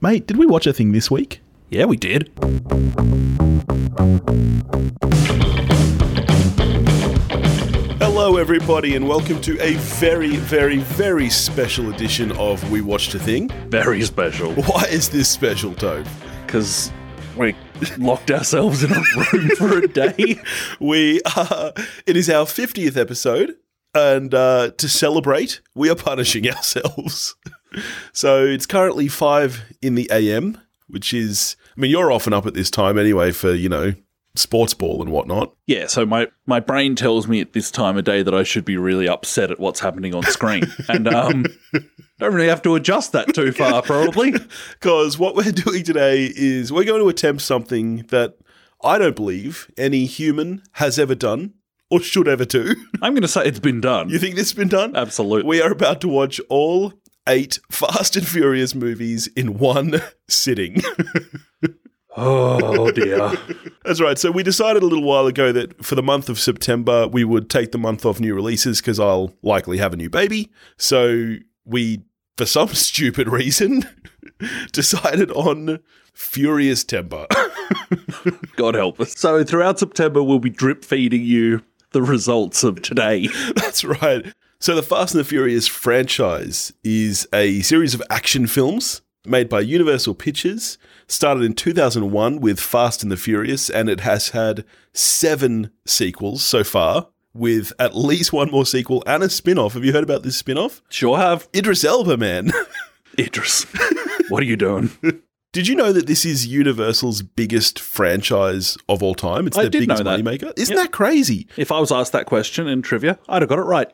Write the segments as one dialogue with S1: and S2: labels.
S1: Mate, did we watch a thing this week?
S2: Yeah, we did.
S3: Hello, everybody, and welcome to a very, very, very special edition of We Watched a Thing.
S2: Very special.
S3: Why is this special, Toad?
S2: Because we locked ourselves in a room for a day.
S3: We are, it is our 50th episode, and uh, to celebrate, we are punishing ourselves. so it's currently 5 in the AM, which is, I mean, you're often up at this time anyway for, you know, sports ball and whatnot.
S2: Yeah, so my, my brain tells me at this time of day that I should be really upset at what's happening on screen. And um, don't really have to adjust that too far, probably.
S3: Because what we're doing today is we're going to attempt something that I don't believe any human has ever done or should ever do.
S2: I'm going to say it's been done.
S3: You think this has been done?
S2: Absolutely.
S3: We are about to watch all eight Fast and Furious movies in one sitting.
S2: oh, dear.
S3: That's right. So we decided a little while ago that for the month of September, we would take the month off new releases because I'll likely have a new baby. So we, for some stupid reason, decided on Furious Temper.
S2: God help us. So throughout September, we'll be drip feeding you the results of today.
S3: That's right. So, the Fast and the Furious franchise is a series of action films made by Universal Pictures. Started in 2001 with Fast and the Furious, and it has had seven sequels so far, with at least one more sequel and a spin off. Have you heard about this spin off?
S2: Sure have.
S3: Idris Elba, man.
S2: Idris, what are you doing?
S3: Did you know that this is Universal's biggest franchise of all time? It's
S2: I
S3: their
S2: did
S3: biggest
S2: know that.
S3: moneymaker. Isn't
S2: Yep.
S3: that crazy?
S2: If I was asked that question in trivia, I'd have got it right.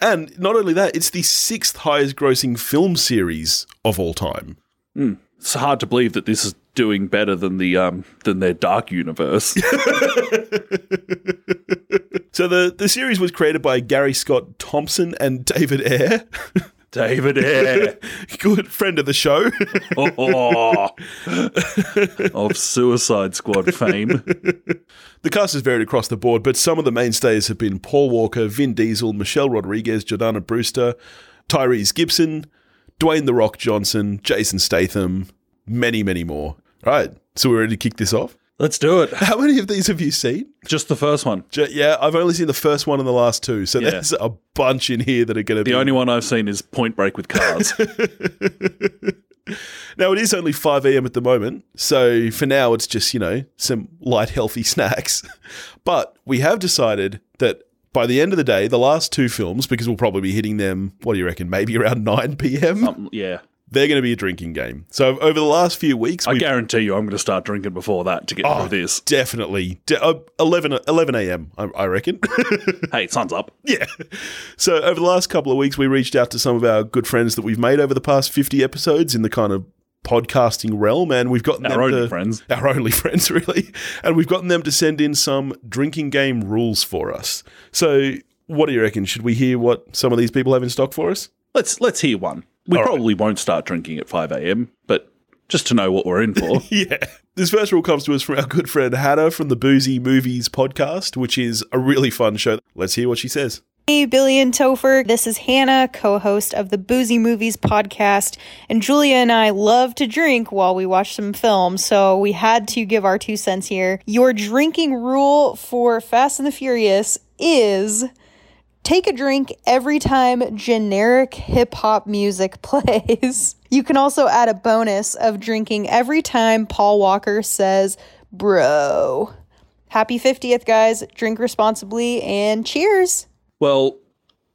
S3: And not only that, it's the sixth highest grossing film series of all time.
S2: it's hard to believe that this is doing better than the um than their dark universe.
S3: So the, the series was created by Gary Scott Thompson and David Ayer,
S2: David Ayer
S3: good friend of the show.
S2: oh, of Suicide Squad fame.
S3: the cast is varied across the board, but some of the mainstays have been Paul Walker, Vin Diesel, Michelle Rodriguez, Jordana Brewster, Tyrese Gibson, Dwayne The Rock Johnson, Jason Statham, many, many more. All right, so we're ready to kick this off.
S2: Let's do it.
S3: How many of these have you seen?
S2: Just the first one.
S3: J- Yeah, I've only seen the first one and the last two, so there's a bunch in here that are going to be
S2: The only one I've seen is Point Break with cars.
S3: Now it is only 5 a.m. at the moment, so for now it's just, you know, some light healthy snacks. But we have decided that by the end of the day, the last two films, because we'll probably be hitting them, what do you reckon, maybe around 9 p.m.,
S2: Um, yeah,
S3: they're going to be a drinking game. So over the last few weeks,
S2: I
S3: we've
S2: guarantee you, I'm going to start drinking before that to get
S3: Oh,
S2: through this.
S3: definitely de- uh, 11, 11 a.m., I, I reckon.
S2: Hey, sun's up.
S3: yeah. So over the last couple of weeks, we reached out to some of our good friends that we've made over the past 50 episodes in the kind of podcasting realm, and we've gotten
S2: Our
S3: them
S2: only
S3: to-
S2: friends.
S3: our only friends really and we've gotten them to send in some drinking game rules for us so what do you reckon should we hear what some of these people have in stock for us
S2: Let's let's hear one. We probably won't start drinking at 5 a.m., but just to know what we're in for.
S3: yeah this first rule comes to us from our good friend hannah from the boozy movies podcast which is a really fun show let's hear what she says
S4: Hey, Billy and Topher. This is Hannah, co host of the Boozy Movies podcast. And Julia and I love to drink while we watch some film, so we had to give our two cents here. Your drinking rule for Fast and the Furious is take a drink every time generic hip hop music plays. You can also add a bonus of drinking every time Paul Walker says, bro. Happy 50th, guys. Drink responsibly and cheers.
S2: Well,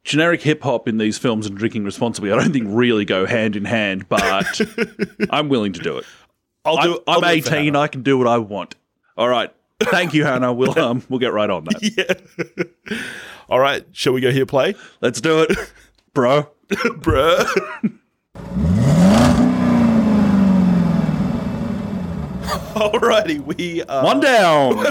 S2: generic hip hop in these films and drinking responsibly, I don't think really go hand in hand, but I'm willing to do it.
S3: i'll
S2: I'm,
S3: do I'll
S2: I'm
S3: do it for
S2: 18.
S3: Hannah.
S2: I can do what I want. All right. Thank you, Hannah. We'll um, we'll get right on that.
S3: all right shall we go here play
S2: Let's do it, bro.
S3: bruh Alrighty, we are
S2: One down.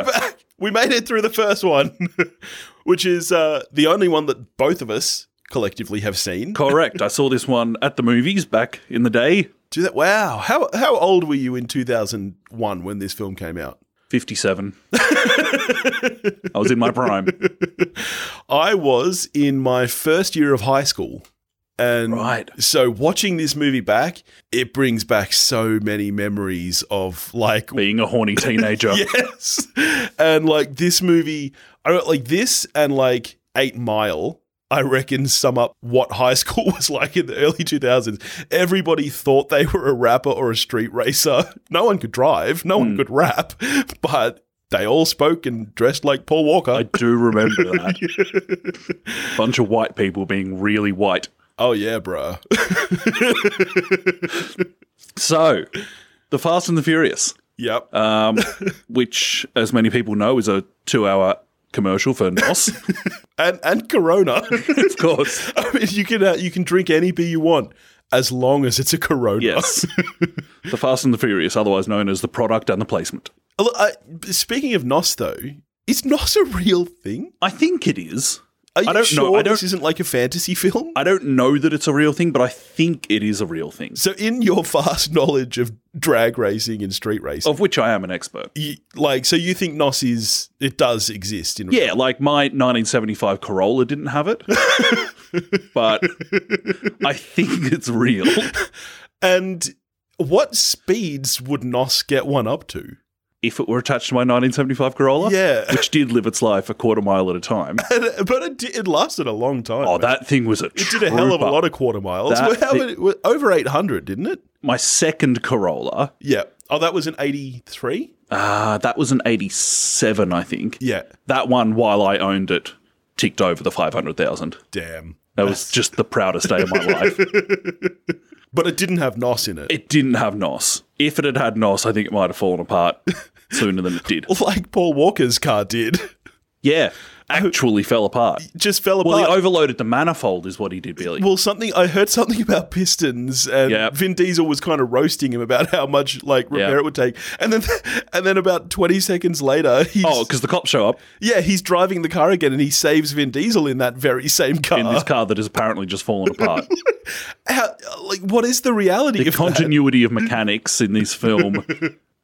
S3: we made it through the first one, which is uh, the only one that both of us collectively have seen.
S2: Correct. I saw this one at the movies back in the day.
S3: Do that. Wow. How how old were you in 2001 when this film came out?
S2: 57. I was in my prime.
S3: I was in my first year of high school And
S2: Right.
S3: so watching this movie back, it brings back so many memories of like
S2: being a horny teenager.
S3: yes. And like this movie, I don't- like this and like 8 Mile, I reckon sum up what high school was like in the early 2000s. Everybody thought they were a rapper or a street racer. No one could drive, no
S2: Hmm.
S3: one could rap, but they all spoke and dressed like Paul Walker.
S2: I do remember that. Bunch of white people being really white.
S3: oh yeah, bruh.
S2: So, The Fast and the Furious,
S3: yep.
S2: um, which, as many people know, is a two hour commercial for NOS,
S3: and and Corona.
S2: of course.
S3: I mean, you can uh, you can drink any beer you want as long as it's a Corona.
S2: Yes. the Fast and the Furious, otherwise known as the product and the placement.
S3: Although, I- uh, speaking of Nos, though, is Nos a real thing?
S2: I think it is.
S3: Are you
S2: I don't know.
S3: sure
S2: I don't-
S3: this isn't like a fantasy film?
S2: I don't know that it's a real thing, but I think it is a real thing,
S3: so, in your vast knowledge of drag racing and street racing,
S2: of which I am an expert.
S3: you, like, so you think Nos is it does exist in?
S2: Yeah, like my 1975 Corolla didn't have it, but I think it's real.
S3: And what speeds would Nos get one up to?
S2: If it were attached to my 1975 Corolla,
S3: Yeah,
S2: which did live its life a quarter mile at a time.
S3: And- uh, but it, did- it lasted a long time.
S2: Oh, that thing was a
S3: it did a hell of a
S2: trooper.
S3: lot of quarter miles.
S2: That
S3: How
S2: thi-
S3: many- well, over eight hundred, didn't it?
S2: My second Corolla,
S3: Yeah. Oh, that was an eighty-three.
S2: uh, that was an 87, I think.
S3: Yeah.
S2: That one, while I owned it, ticked over the 500,000.
S3: Damn.
S2: That was just the proudest day of my life.
S3: But it didn't have Nos in it.
S2: It didn't have NOS. If it had had NOS, I think it might have fallen apart sooner than it did.
S3: like Paul Walker's car did.
S2: Yeah, actually fell apart.
S3: Just fell
S2: Well,
S3: apart.
S2: he overloaded the manifold, is what he did, Billy.
S3: Well, something I heard something about pistons, and
S2: Yep.
S3: Vin Diesel was kind of roasting him about how much like repair
S2: Yeah.
S3: it would take, and then and then about twenty seconds later, he's
S2: oh, because the cops show up
S3: yeah, he's driving the car again, and he saves Vin Diesel in that very same car.
S2: in this car that has apparently just fallen apart.
S3: How- like, what is the reality
S2: the
S3: of that?
S2: continuity of mechanics in this film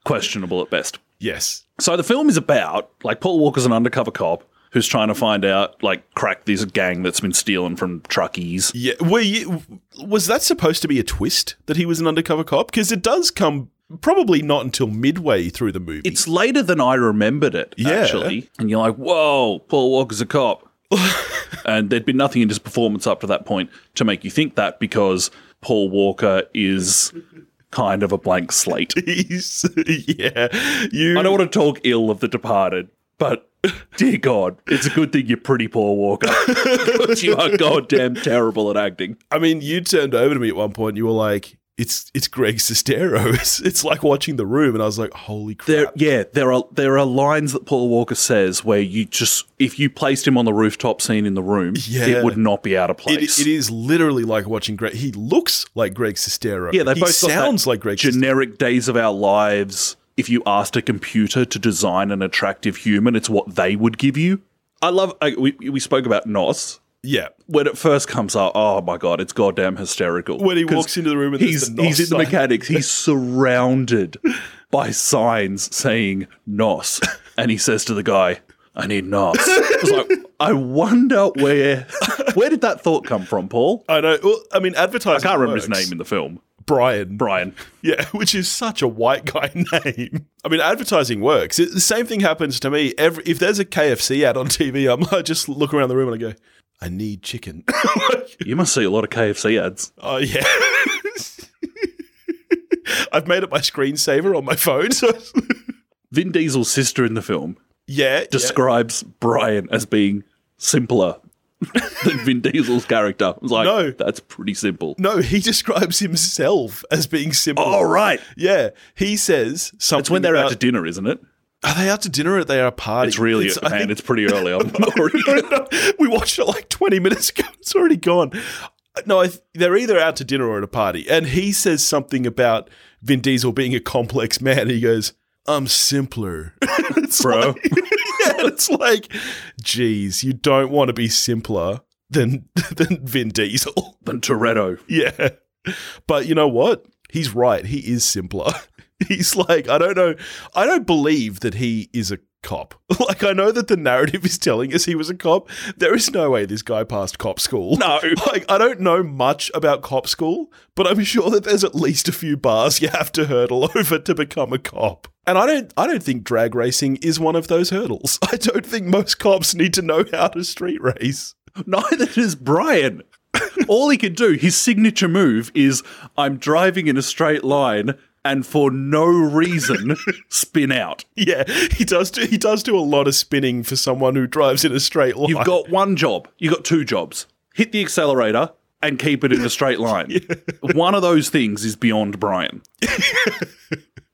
S2: questionable at best.
S3: Yes,
S2: So the film is about like Paul Walker's an undercover cop who's trying to find out like crack this gang that's been stealing from truckies.
S3: yeah. Were you, was that supposed to be a twist that he was an undercover cop? Because it does come probably not until midway through the movie.
S2: It's later than I remembered it,
S3: Yeah.
S2: actually. And you're like, whoa, Paul Walker's a cop. and there'd been nothing in his performance up to that point to make you think that because Paul Walker is kind of a blank slate.
S3: He's- yeah, you.
S2: I don't want to talk ill of The Departed, but dear God, it's a good thing you're pretty Paul Walker. 'Cause you are goddamn terrible at acting.
S3: I mean, you turned over to me at one point. And you were like, "It's it's Greg Sestero. It's, it's like watching The Room." And I was like, "Holy crap!"
S2: There, yeah, there are there are lines that Paul Walker says where you just if you placed him on the rooftop scene in the room,
S3: Yeah.
S2: it would not be out of
S3: It-
S2: place.
S3: it is literally like watching Greg. He looks like Greg Sestero.
S2: Yeah, they
S3: he
S2: both got that
S3: sounds like Greg. Sestero.
S2: generic days of our lives. If you asked a computer to design an attractive human, it's what they would give you. I love. I, we we spoke about Nos
S3: yeah,
S2: when it first comes out. Oh my god, it's goddamn hysterical.
S3: when he
S2: 'Cause
S3: walks into the room and there's
S2: he's
S3: the
S2: he's in the
S3: Nos sign.
S2: mechanics. He's surrounded by signs saying Nos, and he says to the guy, "I need Nos." I was like, I wonder where where did that thought come from, Paul?
S3: I know. Well, I mean, advertising.
S2: I can't remember his
S3: works.
S2: name in the film.
S3: Brian.
S2: Brian.
S3: Yeah, which is such a white guy name. I mean, advertising works. It, the same thing happens to me. Every if there's a KFC ad on TV, I'm I just look around the room and I go, "I need chicken."
S2: You must see a lot of KFC ads.
S3: Oh yeah. I've made it my screensaver on my phone. So
S2: Vin Diesel's sister in the film
S3: yeah,
S2: describes Brian as being simpler than Vin Diesel's character. I was like,
S3: No.
S2: that's pretty simple.
S3: yeah. No, he describes himself as being simple.
S2: All right.
S3: Yeah, he says something.
S2: Oh. It's when they're out
S3: about,
S2: to dinner, isn't it?
S3: Are they out to dinner or are they out a party?
S2: It's really,
S3: I
S2: man,
S3: think-
S2: it's pretty early. I'm already.
S3: we watched it like 20 minutes ago. It's already gone. No, I th- they're either out to dinner or at a party. And he says something about Vin Diesel being a complex man. He goes, I'm simpler. it's
S2: Bro.
S3: Like, yeah, it's like, geez, you don't want to be simpler than, than Vin Diesel.
S2: than Toretto.
S3: Yeah. But you know what? He's right. He is simpler. He's like, I don't know. I don't believe that he is a cop. Like, I know that the narrative is telling us he was a cop. There is no way this guy passed cop school.
S2: No.
S3: Like, I don't know much about cop school, but I'm sure that there's at least a few bars you have to hurdle over to become a cop. And I don't I don't think drag racing is one of those hurdles. I don't think most cops need to know how to street race.
S2: Neither does Brian. All he can do, his signature move is I'm driving in a straight line and for no reason spin out.
S3: Yeah, he does do he does do a lot of spinning for someone who drives in a straight line.
S2: You've got one job, you've got two jobs hit the accelerator and keep it in a straight line. One of those things is beyond Brian.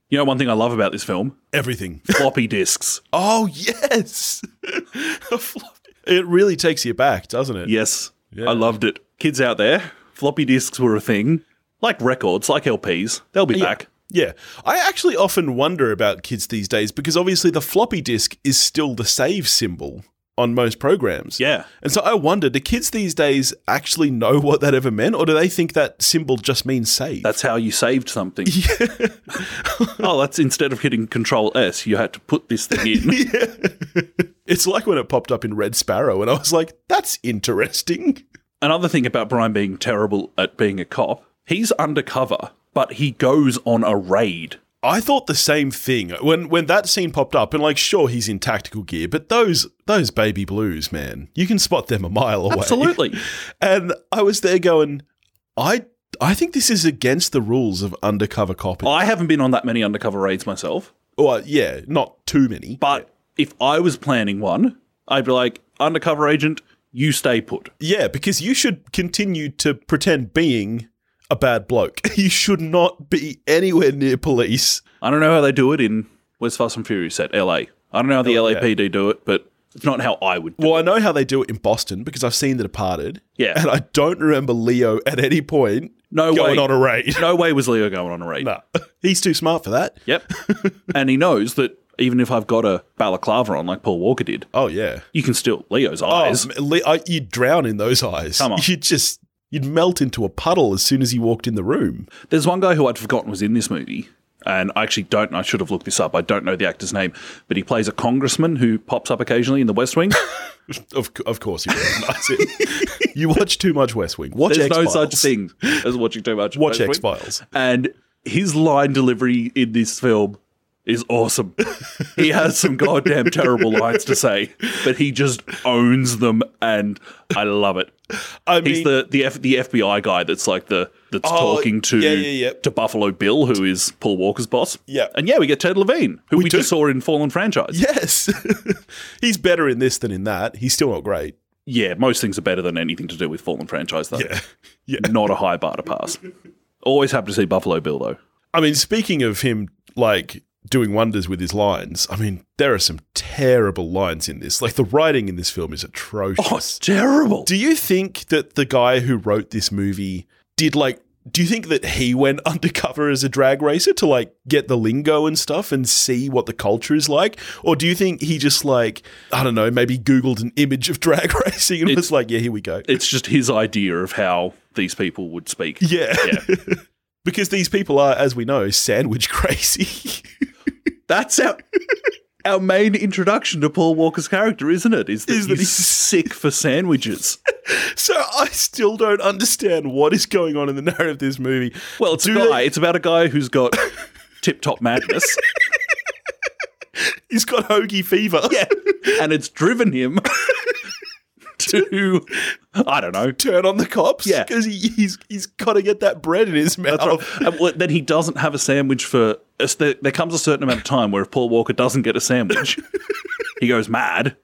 S2: you know, one thing I love about this film
S3: everything.
S2: floppy disks.
S3: Oh yes. A flop- it really takes you back, doesn't it?
S2: Yes, I loved it. Kids out there, floppy disks were a thing. Like records, like LPs, they'll be back.
S3: Yeah. I actually often wonder about kids these days because obviously the floppy disk is still the save symbol on most programs.
S2: Yeah.
S3: And so I wonder do kids these days actually know what that ever meant or do they think that symbol just means save?
S2: That's how you saved something. oh, that's instead of hitting Control S, you had to put this thing in.
S3: it's like when it popped up in Red Sparrow and I was like, that's interesting.
S2: Another thing about Brian being terrible at being a cop, he's undercover, but he goes on a raid.
S3: I thought the same thing when when that scene popped up, and like, sure, he's in tactical gear, but those those baby blues, man, you can spot them a mile away.
S2: Absolutely.
S3: And I was there going, I I think this is against the rules of undercover copy.
S2: I haven't been on that many undercover raids myself,
S3: Well, yeah, not too many.
S2: but if I was planning one, I'd be like, undercover agent, you stay put.
S3: yeah, because you should continue to pretend being a bad bloke. you should not be anywhere near police.
S2: I don't know how they do it in Where's Fast and Furious at LA. I don't know how
S3: Oh,
S2: the LAPD do it, but it's not how I would do
S3: Well, I know how they do it in Boston because I've seen The Departed.
S2: Yeah.
S3: And I don't remember Leo at any point
S2: No
S3: going
S2: way.
S3: on a raid.
S2: No way was Leo going on a raid.
S3: Nah. He's too smart for that.
S2: Yep. and he knows that even if I've got a balaclava on, like Paul Walker did,
S3: Oh, yeah.
S2: you can still Leo's
S3: Oh,
S2: eyes.
S3: m- Le- I, you'd drown in those eyes.
S2: Come on.
S3: You'd just, you'd melt into a puddle as soon as you walked in the room.
S2: There's one guy who I'd forgotten was in this movie, and I actually don't. I should have looked this up. I don't know the actor's name, but he plays a congressman who pops up occasionally in The West Wing.
S3: Of, c- of course you recognize it. you watch too much West Wing. Watch
S2: There's no
S3: X-Files.
S2: such thing as watching too much.
S3: Watch
S2: West Wing.
S3: X-Files.
S2: And his line delivery in this film is awesome. he has some goddamn terrible lines to say, but he just owns them, and I love it.
S3: I mean,
S2: He's the the, F, the FBI guy that's like the that's
S3: Oh,
S2: talking to
S3: yeah, yeah, yeah.
S2: to Buffalo Bill, who is Paul Walker's boss.
S3: Yeah.
S2: and yeah, we get Ted Levine, who we,
S3: do.
S2: just saw in Fallen franchise.
S3: yes. He's better in this than in that. He's still not great.
S2: Yeah, most things are better than anything to do with Fallen franchise though.
S3: Yeah. Yeah.
S2: not a high bar to pass. Always happy to see Buffalo Bill though.
S3: I mean, speaking of him, like doing wonders with his lines. I mean, there are some terrible lines in this. Like the writing in this film is atrocious.
S2: Oh, it's terrible.
S3: Do you think that the guy who wrote this movie did like? Do you think that he went undercover as a drag racer to like get the lingo and stuff and see what the culture is like, or do you think he just like I don't know, maybe Googled an image of drag racing and was like, yeah, here we go,
S2: It's just his idea of how these people would speak.
S3: yeah, because these people are, as we know, sandwich crazy.
S2: That's our our main introduction to Paul Walker's character, isn't it? Is that,
S3: Is that
S2: he's
S3: he's-
S2: sick for sandwiches.
S3: So I still don't understand what is going on in the narrative of this movie.
S2: Well, it's
S3: Do
S2: a guy.
S3: they-
S2: It's about a guy who's got tip top madness.
S3: He's got hoagie fever.
S2: yeah. And it's driven him to, I don't know.
S3: Turn on the cops.
S2: Yeah.
S3: Because he, he's he's got to get that bread in his mouth.
S2: And Oh, um, well, then he doesn't have a sandwich for. it's There there comes a certain amount of time where if Paul Walker doesn't get a sandwich, he goes mad.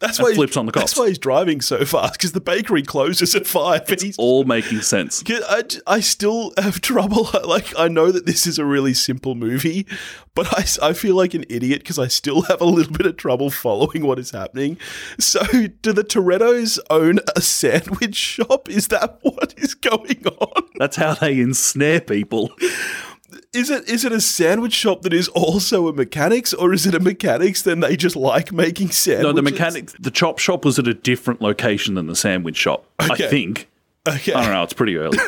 S3: That's why he-
S2: flips on the cops.
S3: That's why he's driving so fast because the bakery closes at five. and he's,
S2: All making sense.
S3: 'Cause I, j- I still have trouble. Like I know that this is a really simple movie, but I, s- I feel like an idiot because I still have a little bit of trouble following what is happening. So, do the Torettos own a sandwich shop? Is that what is going on?
S2: That's how they ensnare people.
S3: Is it is it a sandwich shop that is also a mechanics, or is it a mechanics? Then they just like making sandwiches.
S2: No, the mechanic, the chop shop was at a different location than the sandwich shop.
S3: Okay.
S2: I think.
S3: Okay.
S2: I don't know. It's pretty early.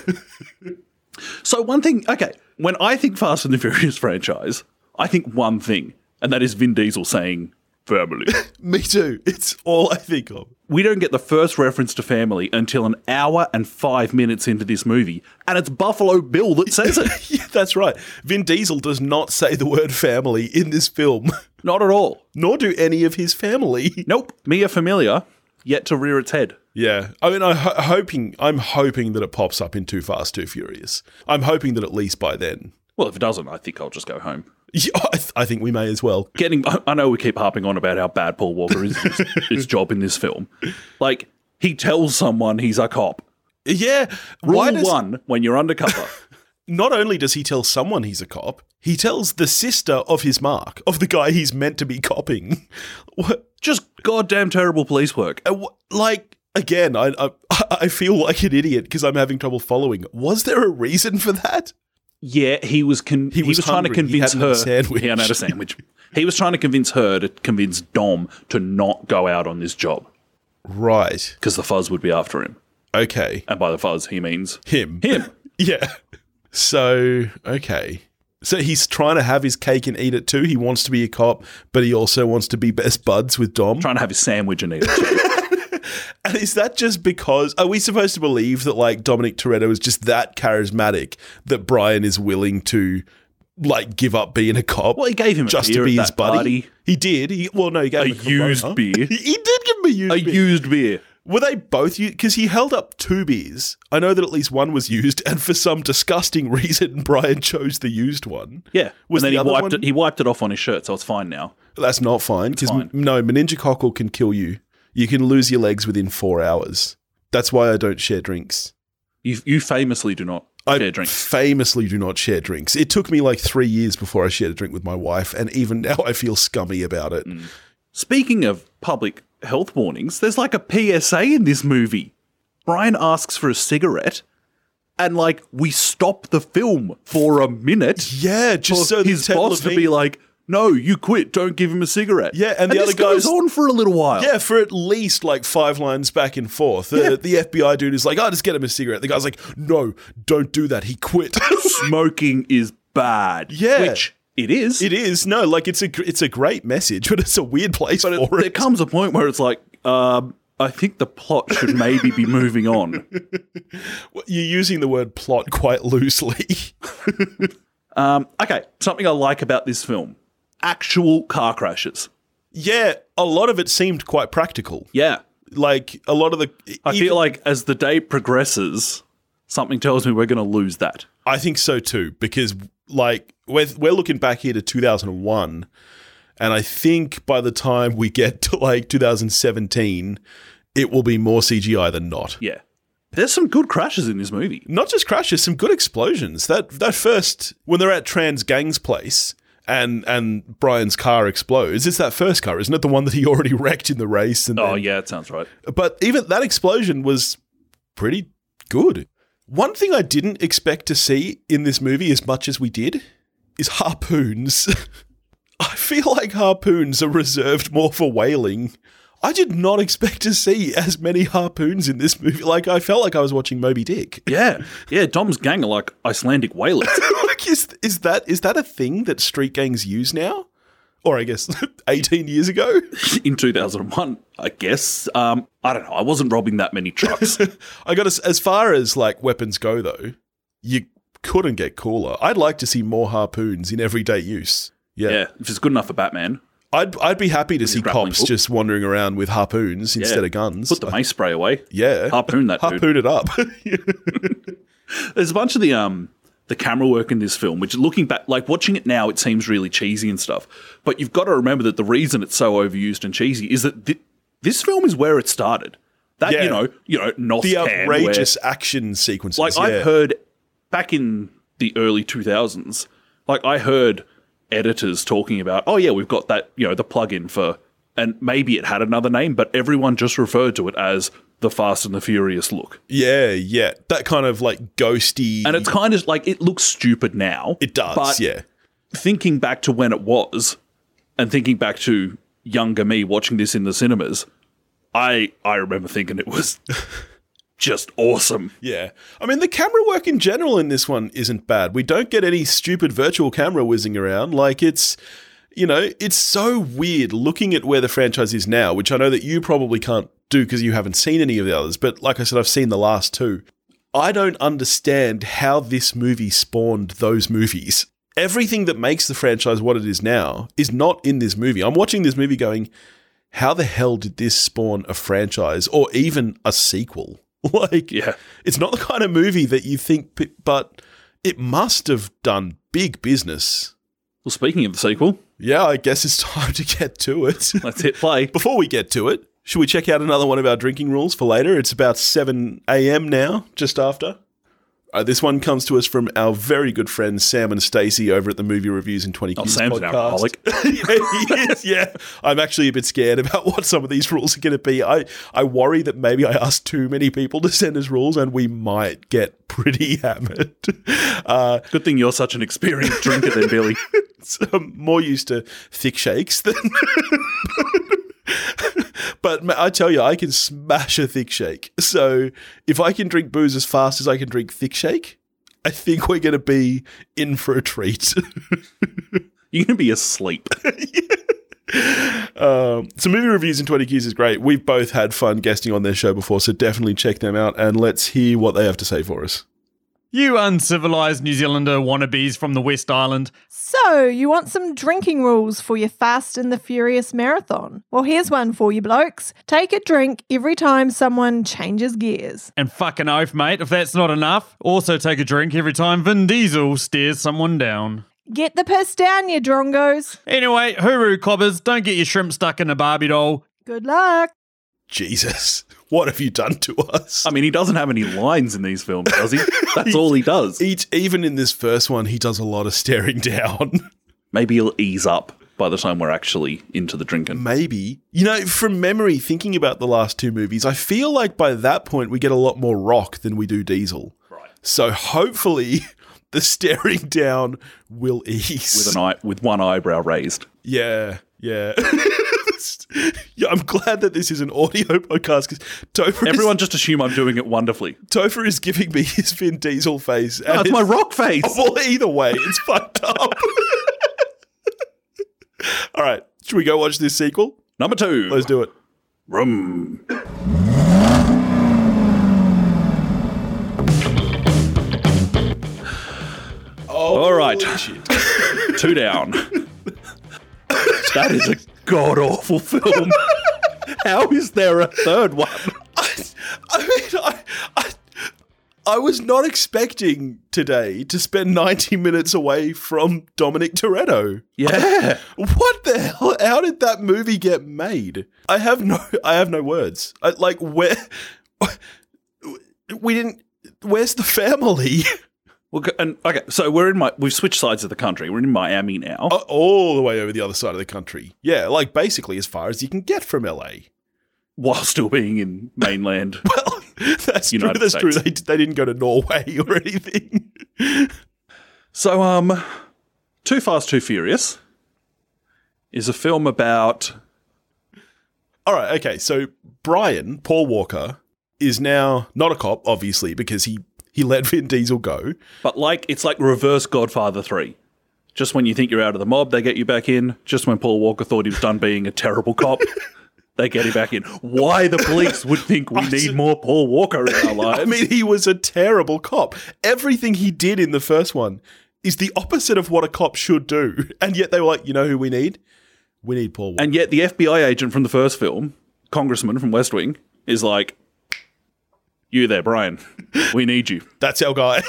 S2: so one thing, okay, when I think Fast and the Furious franchise, I think one thing, and that is Vin Diesel saying family.
S3: Me too. It's all I think of.
S2: we don't get the first reference to family until an hour and five minutes into this movie, and it's Buffalo Bill that says it.
S3: Yeah, that's right. Vin Diesel does not say the word family in this film,
S2: Not at all.
S3: nor do any of his family.
S2: Nope. Mia Familia, yet to rear its head.
S3: Yeah, I mean, I'm ho- hoping I'm hoping that it pops up in Too Fast, Too Furious. I'm hoping that at least by then,
S2: Well, if it doesn't, I think I'll just go home.
S3: yeah, I, th- I think we may as well.
S2: Getting, I- I know we keep harping on about how bad Paul Walker is in his, his job in this film. Like, he tells someone he's a cop.
S3: Yeah,
S2: Rule
S3: why does-
S2: one when you're undercover.
S3: not only does he tell someone he's a cop, he tells the sister of his mark, of the guy he's meant to be copping. What,
S2: just goddamn terrible police work.
S3: uh, wh- like, again, I, I, I feel like an idiot because I'm having trouble following. Was there a reason for that?
S2: Yeah, he was con- he,
S3: was
S2: was, trying to
S3: hungry. He
S2: convince
S3: hadn't had
S2: her.
S3: a sandwich.
S2: He hadn't had a sandwich. he was trying to convince her to convince Dom to not go out on this job
S3: Right.
S2: because the fuzz would be after him.
S3: Okay.
S2: And by the fuzz, he means
S3: Him.
S2: him.
S3: Yeah. So, okay. So he's trying to have his cake and eat it too. He wants to be a cop, but he also wants to be best buds with Dom.
S2: trying to have his sandwich and eat it.
S3: And is that just because are we supposed to believe that like Dominic Toretto is just that charismatic that Brian is willing to like give up being a cop?
S2: Well, he gave him a
S3: just
S2: beer
S3: to be
S2: at
S3: his
S2: that
S3: buddy.
S2: party.
S3: He did. He, well, no, he gave
S2: A
S3: him a
S2: used
S3: Corona.
S2: beer.
S3: He, he did give him a used
S2: a
S3: beer.
S2: used beer.
S3: Were they both used? Because he held up two beers. I know that at least one was used, and for some disgusting reason, Brian chose the used one.
S2: Yeah.
S3: Was
S2: and
S3: the
S2: then
S3: other
S2: he wiped
S3: one-
S2: it. He wiped it off on his shirt, so it's fine now.
S3: That's not fine because
S2: fine.
S3: no meningococcal can kill you. You can lose your legs within four hours. That's why I don't share drinks.
S2: You you famously do not
S3: I
S2: share drinks.
S3: famously do not share drinks. It took me like three years before I shared a drink with my wife, and even now I feel scummy about it.
S2: Mm. Speaking of public health warnings, there's like a PSA in this movie. Brian asks for a cigarette, and like we stop the film for a minute
S3: Yeah,
S2: for
S3: just so that
S2: his
S3: Ted
S2: boss to
S3: Levine-
S2: be like, "No, you quit. Don't give him a cigarette."
S3: Yeah, and the
S2: this
S3: other guy's-
S2: goes on for a little while.
S3: yeah, for at least like five lines back and forth. The, the FBI dude is like, "Oh, just get him a cigarette." The guy's like, "No, don't do that. He quit."
S2: smoking is bad.
S3: Yeah.
S2: which it is.
S3: it is no, like it's a gr- it's a great message, but it's a weird place for
S2: there
S3: it.
S2: comes a point where it's like, um, I think the plot should maybe be moving on.
S3: You're using the word plot quite loosely.
S2: Um, okay, something I like about this film: actual car crashes.
S3: yeah, a lot of it seemed quite practical.
S2: Yeah,
S3: Like a lot of the,
S2: I feel like as the day progresses, something tells me we're going to lose that.
S3: I think so too, because like we're we're looking back here to 2001, and I think by the time we get to like 2017, it will be more CGI than not.
S2: Yeah. There's some good crashes in this movie.
S3: Not just crashes, some good explosions. That that first when they're at Trans Gang's place. And and Brian's car explodes. It's that first car, isn't it? The one that he already wrecked in the race. And
S2: Oh,
S3: then-
S2: yeah, that sounds right.
S3: But even that explosion was pretty good. One thing I didn't expect to see in this movie as much as we did is harpoons. I feel like harpoons are reserved more for whaling. I did not expect to see as many harpoons in this movie. Like I felt like I was watching Moby Dick.
S2: Yeah. Yeah, Dom's gang are like Icelandic whalers.
S3: like is is that is that a thing that street gangs use now? Or I guess 18 years ago?
S2: in 2001, I guess. Um, I don't know. I wasn't robbing that many trucks.
S3: I got as, as far as like weapons go though, you couldn't get cooler. I'd like to see more harpoons in everyday use. Yeah.
S2: yeah, if it's good enough for Batman,
S3: I'd I'd be happy to see
S2: grappling
S3: cops
S2: hook.
S3: just wandering around with harpoons instead of guns.
S2: put the mace spray away.
S3: yeah.
S2: Harpoon that dude.
S3: Harpoon it up.
S2: There's a bunch of the um the camera work in this film, which looking back, like watching it now, it seems really cheesy and stuff. But you've got to remember that the reason it's so overused and cheesy is that thi- this film is where it started. That
S3: Yeah.
S2: you know, you know, North
S3: the
S2: Can, where-
S3: outrageous action sequences.
S2: like
S3: yeah.
S2: I've heard back in the early 2000s, like I heard editors talking about, oh yeah, we've got that, you know, the plug-in for, and maybe it had another name, but everyone just referred to it as the Fast and the Furious look,
S3: yeah, yeah. That kind of like ghosty
S2: and it's kind of like it looks stupid now.
S3: it does,
S2: but
S3: yeah.
S2: thinking back to when it was and thinking back to younger me watching this in the cinemas, I I remember thinking it was just awesome.
S3: Yeah. I mean, the camera work in general in this one isn't bad. We don't get any stupid virtual camera whizzing around. Like, it's. You know, it's so weird looking at where the franchise is now, which I know that you probably can't do because you haven't seen any of the others. But like I said, I've seen the last two. I don't understand how this movie spawned those movies. Everything that makes the franchise what it is now is not in this movie. I'm watching this movie going, how the hell did this spawn a franchise or even a sequel? Like,
S2: Yeah.
S3: it's not the kind of movie that you think, pe- but it must have done big business.
S2: Well, speaking of the sequel,
S3: Yeah, I guess it's time to get to it.
S2: let's hit play.
S3: Before we get to it, should we check out another one of our drinking rules for later? It's about 7 a.m. now, just after. Uh, this one comes to us from our very good friends Sam and Stacey over at the Movie Reviews in 20
S2: Oh,
S3: Q's
S2: Sam's an
S3: podcast.
S2: alcoholic.
S3: yeah, he is, yeah. I'm actually a bit scared about what some of these rules are going to be. I, I worry that maybe I asked too many people to send us rules and we might get pretty hammered. Uh,
S2: Good thing you're such an experienced drinker, then, Billy.
S3: so I'm more used to thick shakes than. but ma- I tell you, I can smash a thick shake. So if I can drink booze as fast as I can drink thick shake, I think we're going to be in for a treat.
S2: You're going to be asleep.
S3: um, so movie reviews in 20 Qs is great. We've both had fun guesting on their show before, so definitely check them out and let's hear what they have to say for us.
S1: You uncivilized New Zealander wannabes from the West Island.
S5: So, you want some drinking rules for your Fast and the Furious marathon? Well, here's one for you, blokes. Take a drink every time someone changes gears.
S1: And fucking oath, mate, if that's not enough, also take a drink every time Vin Diesel stares someone down.
S5: Get the piss down, you drongos.
S1: Anyway, hooroo cobbers, don't get your shrimp stuck in a Barbie doll.
S5: Good luck.
S3: Jesus, what have you done to us?
S2: I mean, he doesn't have any lines in these films, does he? That's all he does.
S3: Each, even in this first one, he does a lot of staring down.
S2: Maybe he'll ease up by the time we're actually into the drinking.
S3: maybe. You know, from memory, thinking about the last two movies, I feel like by that point we get a lot more rock than we do diesel. Right. So hopefully the staring down will ease.
S2: With, an eye, with one eyebrow raised.
S3: yeah, yeah. yeah. I'm glad that this is an audio podcast because Topher,
S2: Everyone just assume I'm doing it wonderfully.
S3: is, Topher is giving me his Vin Diesel face. and
S2: That's my
S3: it's-
S2: rock face.
S3: Well, either way, it's fucked up. All right. Should we go watch this sequel?
S2: Number two.
S3: Let's do it.
S2: Rum. All right. Two down. that is a god awful film. How is there a third one?
S3: I, I mean, I, I, I was not expecting today to spend 90 minutes away from Dominic Toretto.
S2: Yeah.
S3: What the hell? How did that movie get made? I have no, I have no words. I, like, where, we didn't. Where's the family?
S2: Well, go- and okay, so we're in my we've switched sides of the country. We're in Miami now.
S3: Uh, All the way over the other side of the country. Yeah, like basically as far as you can get from LA.
S2: while still being in mainland.
S3: Well, that's
S2: United
S3: true. That's true. They,
S2: States.
S3: they didn't go to Norway or anything.
S2: So, um, Too Fast, Too Furious is a film about
S3: All right, okay. So Brian Paul Walker is now not a cop, obviously, because he he let Vin Diesel go.
S2: But like it's like reverse Godfather 3. Just when you think you're out of the mob, they get you back in. Just when Paul Walker thought he was done being a terrible cop, they get him back in. Why the police would think we need more Paul Walker in our lives.
S3: I mean, he was a terrible cop. Everything he did in the first one is the opposite of what a cop should do, and yet they were like, you know who we need? We need Paul Walker.
S2: and yet the FBI agent from the first film, congressman from West Wing, is like you there, Brian. We need you.
S3: That's our guy.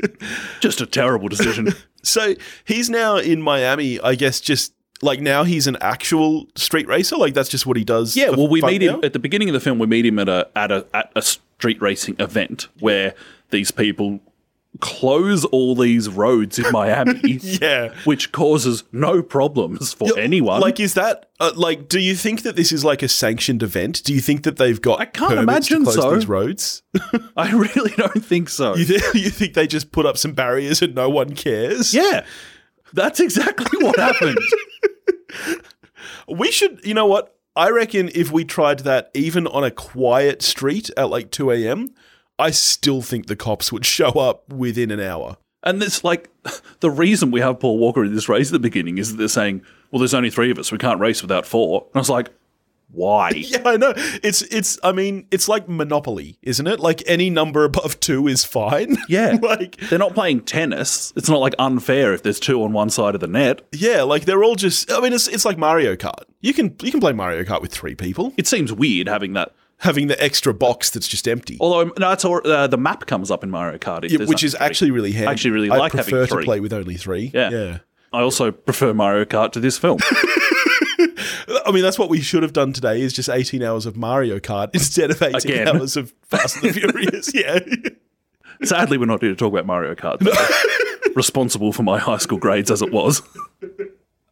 S2: Just a terrible decision.
S3: so he's now in Miami, I guess. Just like now, he's an actual street racer. Like that's just what he does.
S2: Yeah,
S3: for
S2: well, we
S3: fun
S2: meet him
S3: now?
S2: at the beginning of the film. We meet him at a at a at a street racing event where these people close all these roads in Miami.
S3: Yeah.
S2: which causes no problems for
S3: Yeah,
S2: anyone.
S3: Like, is that uh, like? Do you think that this is like a sanctioned event? Do you think that they've got? I
S2: can't imagine
S3: to close
S2: so.
S3: These roads.
S2: I really don't think so.
S3: You, th- you think they just put up some barriers and no one cares?
S2: yeah, that's exactly what happened.
S3: We should. You know what? I reckon if we tried that even on a quiet street at like two a.m., I still think the cops would show up within an hour.
S2: And it's like the reason we have Paul Walker in this race at the beginning is that they're saying, well, there's only three of us. We can't race without four. And I was like, why?
S3: Yeah, I know. It's it's. I mean, it's like Monopoly, isn't it? Like any number above two is fine.
S2: Yeah.
S3: like
S2: They're not playing tennis. It's not like unfair if there's two on one side of the net.
S3: yeah, like they're all just. I mean, it's it's like Mario Kart. You can you can play Mario Kart with three people,
S2: It seems weird having that.
S3: having the extra box that's just empty.
S2: Although no, that's all, uh, the map comes up in Mario Kart, if
S3: Yeah,
S2: there's
S3: which
S2: only
S3: is
S2: three.
S3: actually really handy.
S2: I actually really
S3: I
S2: like having
S3: prefer
S2: three.
S3: to play with only three.
S2: Yeah. I also prefer Mario Kart to this film.
S3: I mean, that's what we should have done today is just 18 hours of Mario Kart instead of 18
S2: Again.
S3: hours of Fast and the Furious. yeah.
S2: Sadly, we're not here to talk about Mario Kart. today. Responsible for my high school grades as it was.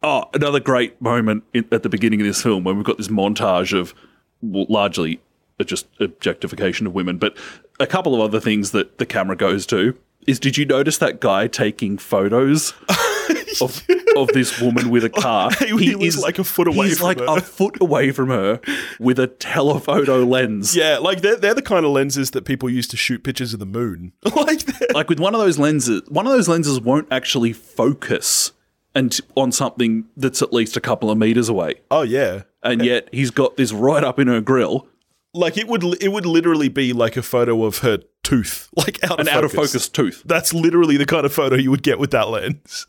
S2: Oh, another great moment in, at the beginning of this film when we've got this montage of well, largely just objectification of women, but a couple of other things that the camera goes to is did you notice that guy taking photos of, of this woman with a car?
S3: He was like a foot away
S2: He's
S3: from
S2: like
S3: her.
S2: a foot away from her with a telephoto lens.
S3: Yeah, like they're, they're the kind of lenses that people use to shoot pictures of the moon. like, they're-
S2: like with one of those lenses, one of those lenses won't actually focus and on something that's at least a couple of meters away.
S3: oh, yeah.
S2: And yet he's got this right up in her grill
S3: Like it would it would literally be like a photo of her tooth, like out
S2: an
S3: of
S2: out of focus tooth.
S3: That's literally the kind of photo you would get with that lens.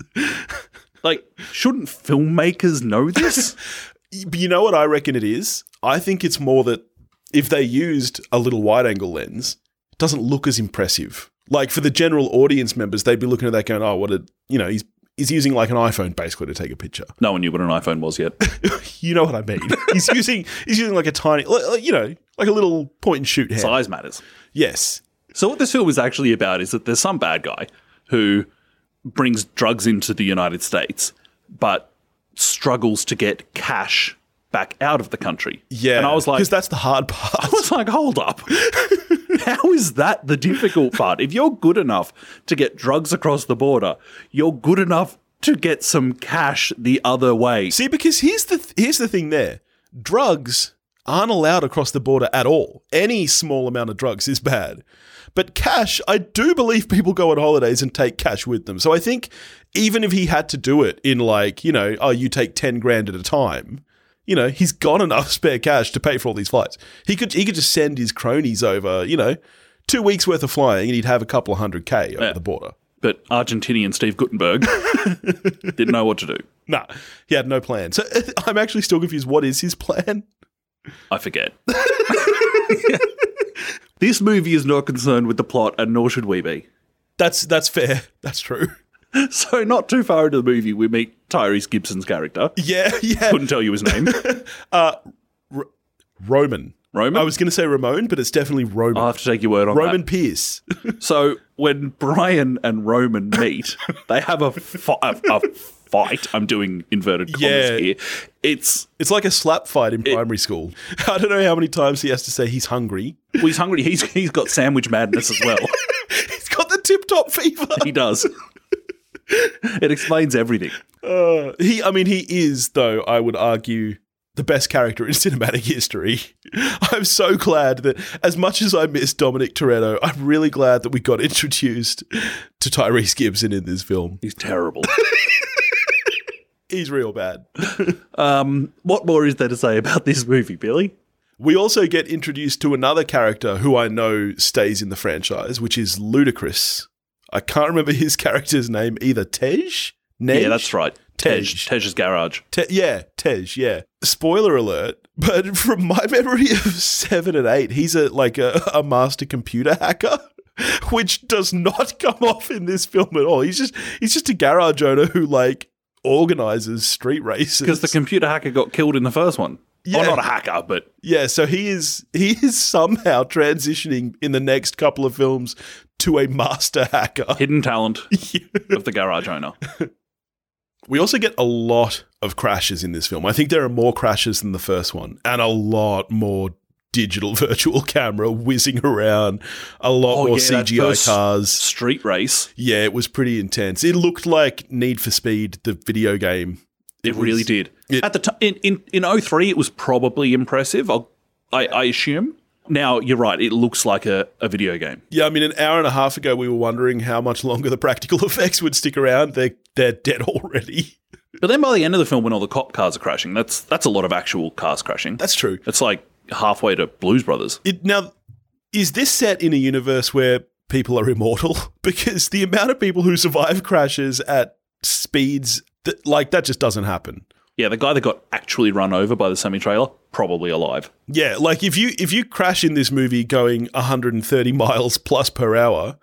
S2: Like, shouldn't filmmakers know this?
S3: But you know what I reckon it is? I think it's more that if they used a little wide angle lens, it doesn't look as impressive. Like for the general audience members, they'd be looking at that going, oh, what a, you know, he's, he's using like an iPhone basically to take a picture.
S2: no one knew what an iPhone was yet.
S3: You know what I mean? he's using, he's using like a tiny, li- like, you know, like a little point and shoot hand.
S2: Size matters.
S3: yes.
S2: So what this film is actually about is that there's some bad guy who brings drugs into the United States, but struggles to get cash back out of the country.
S3: Yeah.
S2: and I was like,
S3: because that's the hard part.
S2: I was like, hold up. How is that the difficult part? If you're good enough to get drugs across the border, you're good enough to get some cash the other way.
S3: See, because here's the th- here's the thing. There, drugs aren't allowed across the border at all. Any small amount of drugs is bad. But cash, I do believe people go on holidays and take cash with them. So I think even if he had to do it in like you know, oh, you take ten grand at a time. You know, he's got enough spare cash to pay for all these flights. He could he could just send his cronies over. You know, two weeks worth of flying, and he'd have a couple of hundred k over the border.
S2: But Argentinian Steve Guttenberg didn't know what to do.
S3: Nah, he had no plan. So I'm actually still confused. What is his plan?
S2: I forget. this movie is not concerned with the plot, and nor should we be.
S3: That's that's fair. That's true.
S2: So, not too far into the movie, we meet Tyrese Gibson's character.
S3: Yeah, yeah.
S2: Couldn't tell you his name.
S3: Roman. Oh,
S2: Roman?
S3: I was going to say Ramon, but it's definitely Roman.
S2: I'll have to take your word on that.
S3: Roman Pierce.
S2: So when Brian and Roman meet, they have a, fi- a, a fight. I'm doing inverted commas
S3: Yeah.
S2: here. It's
S3: It's like a slap fight in primary school. I don't know how many times he has to say he's hungry.
S2: well, he's hungry. He's he's got sandwich madness as well.
S3: he's got the tip top fever.
S2: he does. It explains everything.
S3: Uh, he, I mean, he is though. I would argue the best character in cinematic history. I'm so glad that, as much as I miss Dominic Toretto, I'm really glad that we got introduced to Tyrese Gibson in this film.
S2: He's terrible.
S3: He's real bad.
S2: Um, what more is there to say about this movie, Billy?
S3: We also get introduced to another character who I know stays in the franchise, which is Ludacris. I can't remember his character's name either. Tej? Nej?
S2: Yeah, that's right. Tej.
S3: Tej.
S2: Tej's garage.
S3: Te- yeah, Tej. Yeah. Spoiler alert. But from my memory of seven and eight, he's a like a, a master computer hacker, which does not come off in this film at all. He's just he's just a garage owner who like organizes street races
S2: Because the computer hacker got killed in the first one.
S3: Yeah.
S2: Well, not a hacker, but
S3: Yeah, so he is he is somehow transitioning in the next couple of films to a master hacker.
S2: hidden talent of the garage owner.
S3: We also get a lot of crashes in this film. I think there are more crashes than the first one, and a lot more digital virtual camera whizzing around, a lot
S2: Oh,
S3: more
S2: yeah, that
S3: CGI
S2: first-
S3: cars.
S2: Street race.
S3: Yeah, it was pretty intense. It looked like Need for Speed, the video game.
S2: It, really
S3: was-
S2: did.
S3: it-
S2: oh At the time, in, in in 03, it was probably impressive. I'll, I I assume Now, you're right, it looks like a, a video game.
S3: Yeah, I mean, an hour and a half ago, we were wondering how much longer the practical effects would stick around. They're, they're dead already.
S2: But then by the end of the film, when all the cop cars are crashing, that's that's a lot of actual cars crashing.
S3: That's true.
S2: it's like halfway to Blues Brothers.
S3: It, now, is this set in a universe where people are immortal? Because the amount of people who survive crashes at speeds that, like, that just doesn't happen.
S2: Yeah, the guy that got actually run over by the semi trailer, probably alive.
S3: Yeah, like if you if you crash in this movie going 130 miles plus per hour,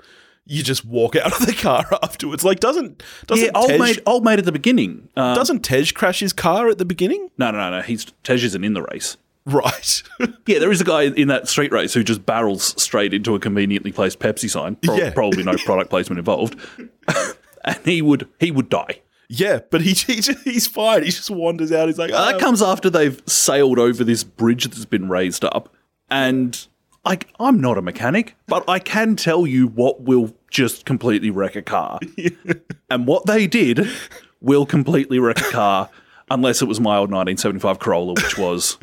S3: you just walk out of the car afterwards. Like, doesn't doesn't
S2: Yeah, old
S3: Tej,
S2: mate, old mate at the beginning. Uh,
S3: doesn't Tej crash his car at the beginning?
S2: no, no, no, no. He's Tej isn't in the race.
S3: Right.
S2: Yeah, there is a guy in that street race who just barrels straight into a conveniently placed Pepsi sign. Pro-
S3: Yeah.
S2: Probably no product placement involved, and he would he would die.
S3: yeah, but he, he ju- he's fine. He just wanders out. He's like,
S2: Uh,
S3: "Oh."
S2: that comes after they've sailed over this bridge that's been raised up, and I, I'm not a mechanic, but I can tell you what will just completely wreck a car, and what they did will completely wreck a car, unless it was my old 1975 Corolla, which was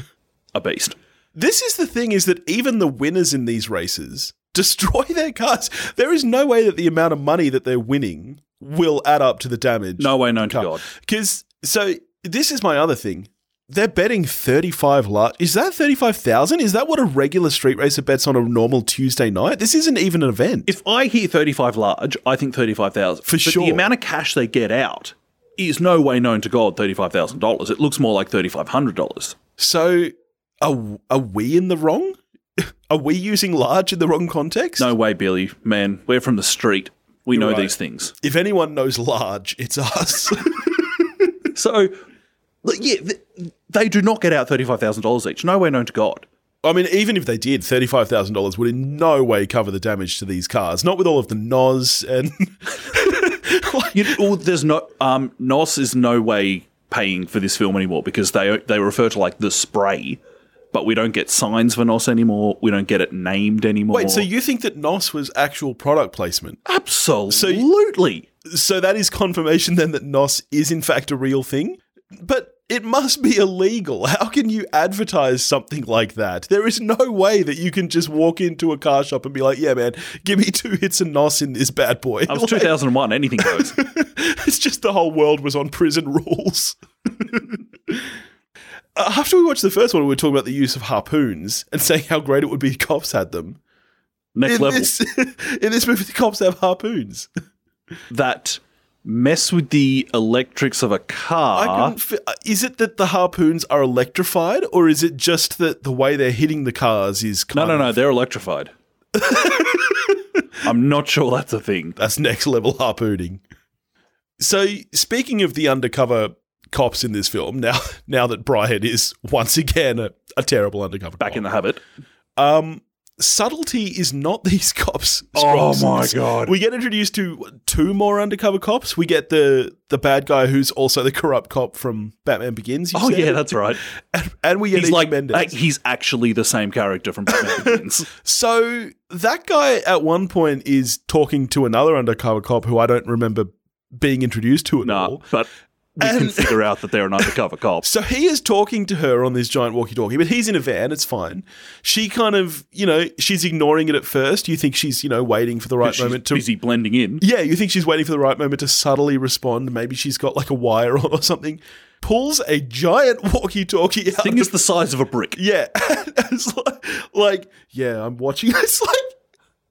S2: a beast.
S3: This is the thing is that even the winners in these races destroy their cars. There is no way that the amount of money that they're winning will add up to the damage.
S2: No way known to God.
S3: Cuz so this is my other thing. They're betting 35 large. Is that 35,000? Is that what a regular street racer bets on a normal Tuesday night? This isn't even an event.
S2: If I hear 35 large, I think 35,000.
S3: For
S2: but
S3: sure.
S2: The amount of cash they get out is no way known to God $35,000. It looks more like $3,500.
S3: so are, are we in the wrong? Are we using large in the wrong context?
S2: No way, Billy. Man, we're from the street. We know
S3: right.
S2: these things.
S3: If anyone knows large, it's us.
S2: So, look, yeah, th- they do not get out $35,000 each. No way known to God.
S3: I mean, even if they did, thirty-five thousand dollars would in no way cover the damage to these cars. Not with all of the nos and
S2: You well, there's no um, Nos is no way paying for this film anymore because they they refer to like the spray, but we don't get signs for Nos anymore. We don't get it named anymore.
S3: wait. So you think that nos was actual product placement?
S2: absolutely.
S3: So that is confirmation then that nos is in fact a real thing. But it must be illegal. How can you advertise something like that? There is no way that you can just walk into a car shop and be like, "Yeah, man, give me two hits of nos in this bad boy."
S2: That was
S3: Like,
S2: 2001. Anything goes.
S3: it's just the whole world was on prison rules. Uh, After we watched the first one, we were talking about the use of harpoons and saying how great it would be if cops had them.
S2: Next
S3: In
S2: level.
S3: this, in this movie, the cops have harpoons.
S2: That mess with the electrics of a
S3: I
S2: car.
S3: couldn't fi- uh, is it that the harpoons are electrified, or is it just that the way they're hitting the cars is
S2: No,
S3: kind
S2: no,
S3: of-
S2: no. They're electrified. I'm not sure that's a thing.
S3: That's next level harpooning. So, speaking of the undercover cops in this film, now now that Brian is once again a, a terrible undercover
S2: Back
S3: cop.
S2: in the habit.
S3: Um, subtlety is not these cops. strong suits.
S2: Oh god.
S3: We get introduced to two more undercover cops. We get the the bad guy who's also the corrupt cop from Batman Begins. you
S2: Oh
S3: said.
S2: yeah, that's right.
S3: and we get
S2: He's
S3: Heath
S2: like,
S3: Mendes.
S2: like, he's actually the same character from Batman Begins.
S3: so that guy at one point is talking to another undercover cop who I don't remember being introduced to at
S2: nah,
S3: all.
S2: but we can
S3: And-
S2: figure out that they're an undercover cop.
S3: So he is talking to her on this giant walkie talkie, but he's in a van, it's fine. She kind of, you know, she's ignoring it at first. You think she's, you know, waiting for the right
S2: She's
S3: moment to
S2: busy blending in.
S3: Yeah, you think she's waiting for the right moment to subtly respond. Maybe she's got like a wire on or something. Pulls a giant walkie-talkie out.
S2: Thing
S3: of-
S2: is the size of a brick.
S3: yeah, it's like, like, yeah, I'm watching. It's like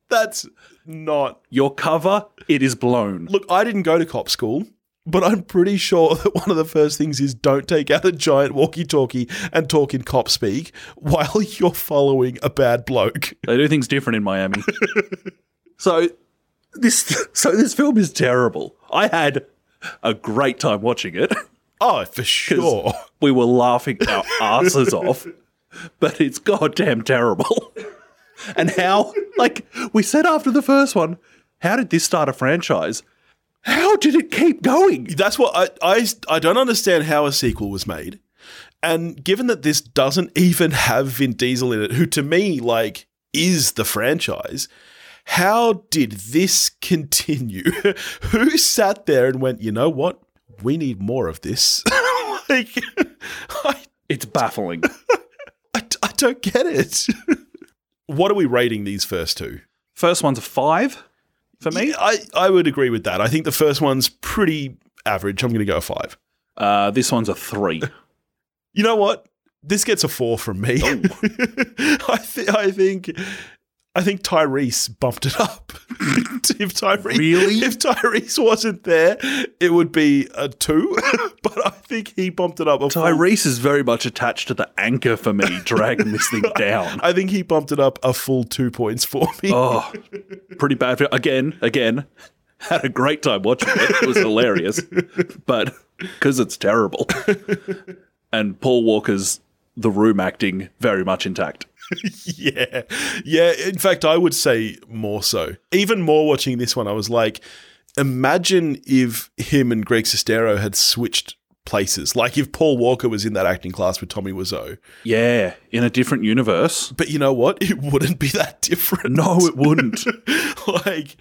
S3: that's not.
S2: Your cover, it is blown.
S3: Look, I didn't go to cop school, but I'm pretty sure that one of the first things is don't take out a giant walkie-talkie and talk in cop speak while you're following a bad bloke.
S2: They do things different in Miami. so this so this film is terrible. I had a great time watching it.
S3: Oh, for sure.
S2: We were laughing our asses off, but it's goddamn terrible. And how like we said after the first one, how did this start a franchise? How did it keep going?
S3: That's what I, I I don't understand how a sequel was made. And given that this doesn't even have Vin Diesel in it, who to me like is the franchise, how did this continue? who sat there and went, "You know what? We need more of this." like I,
S2: It's baffling.
S3: I I don't get it. What are we rating these first two?
S2: First one's a five for me.
S3: Yeah, I, I would agree with that. I think the first one's pretty average. I'm going to go a five.
S2: Uh, this one's a three.
S3: You know what? This gets a four from me.
S2: Oh.
S3: I, th- I think I think Tyrese bumped it up. if Tyrese
S2: Really?
S3: if Tyrese wasn't there, it would be a two. but I think he bumped it up a full-
S2: Tyrese is very much attached to the anchor for me, dragging this thing down.
S3: I think he bumped it up a full two points for me.
S2: Oh, pretty bad. For, again, again, had a great time watching it. It was hilarious, but because it's terrible. And Paul Walker's the room acting very much intact.
S3: Yeah. Yeah. In fact, I would say more so. Even more watching this one, I was like, imagine if him and Greg Sestero had switched places. Like if Paul Walker was in that acting class with Tommy Wiseau.
S2: Yeah, in a different universe.
S3: But you know what? It wouldn't be that different.
S2: No, it wouldn't.
S3: like,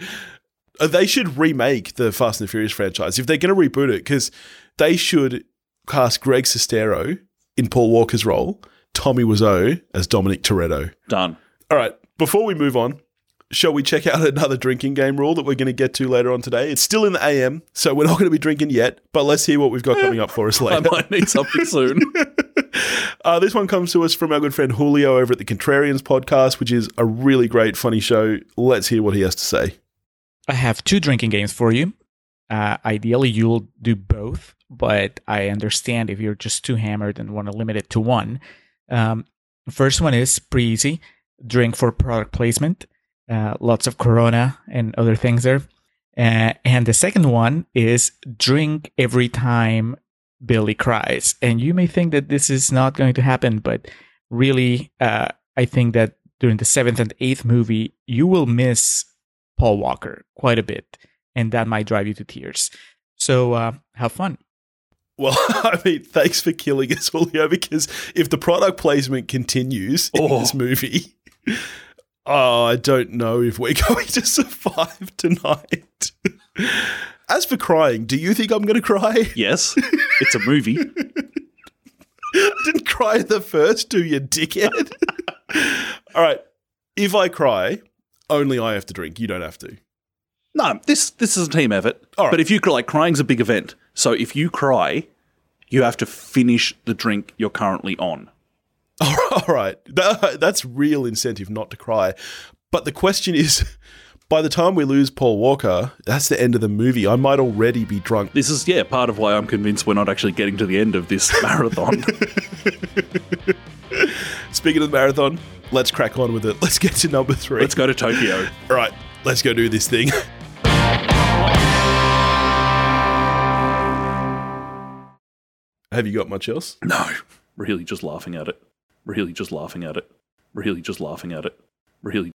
S3: uh, they should remake the Fast and the Furious franchise if they're going to reboot it, because they should cast Greg Sestero in Paul Walker's role, Tommy Wiseau as Dominic Toretto.
S2: Done.
S3: All right. Before we move on, shall we check out another drinking game rule that we're going to get to later on today? It's still in the AM, so we're not going to be drinking yet, but let's hear what we've got coming up for us
S2: I
S3: later.
S2: might need something soon.
S3: Uh, this one comes to us from our good friend Julio over at the Contrarians podcast, which is a really great, funny show. Let's hear what he has to say.
S6: I have two drinking games for you. Uh, ideally, you'll do both, but I understand if you're just too hammered and want to limit it to one. Um, first one is pretty easy drink for product placement, uh, lots of Corona and other things there. Uh, and the second one is drink every time Billy cries. And you may think that this is not going to happen, but really, uh, I think that during the seventh and eighth movie, you will miss Paul Walker quite a bit, and that might drive you to tears. So uh, have fun.
S3: Well, I mean, thanks for killing us, Julio, because if the product placement continues in
S2: Oh.
S3: this movie, oh, I don't know if we're going to survive tonight. As for crying, do you think I'm going to cry?
S2: Yes, it's a movie.
S3: I didn't cry at the first two, you dickhead. All right. If I cry, only I have to drink. You don't have to.
S2: No, this this is a team effort.
S3: All right.
S2: But if you cry, like crying's a big event, so if you cry, you have to finish the drink you're currently on.
S3: All right. That- that's real incentive not to cry. But the question is by the time we lose Paul Walker, that's the end of the movie. I might already be drunk.
S2: This is yeah part of why I'm convinced we're not actually getting to the end of this marathon.
S3: Speaking of the marathon, let's crack on with it. Let's get to number 3
S2: Let's go to Tokyo.
S3: All right. Let's go do this thing. Have you got much else?
S2: No, really, just laughing at it. Really, just laughing at it. Really, just laughing at it. Really,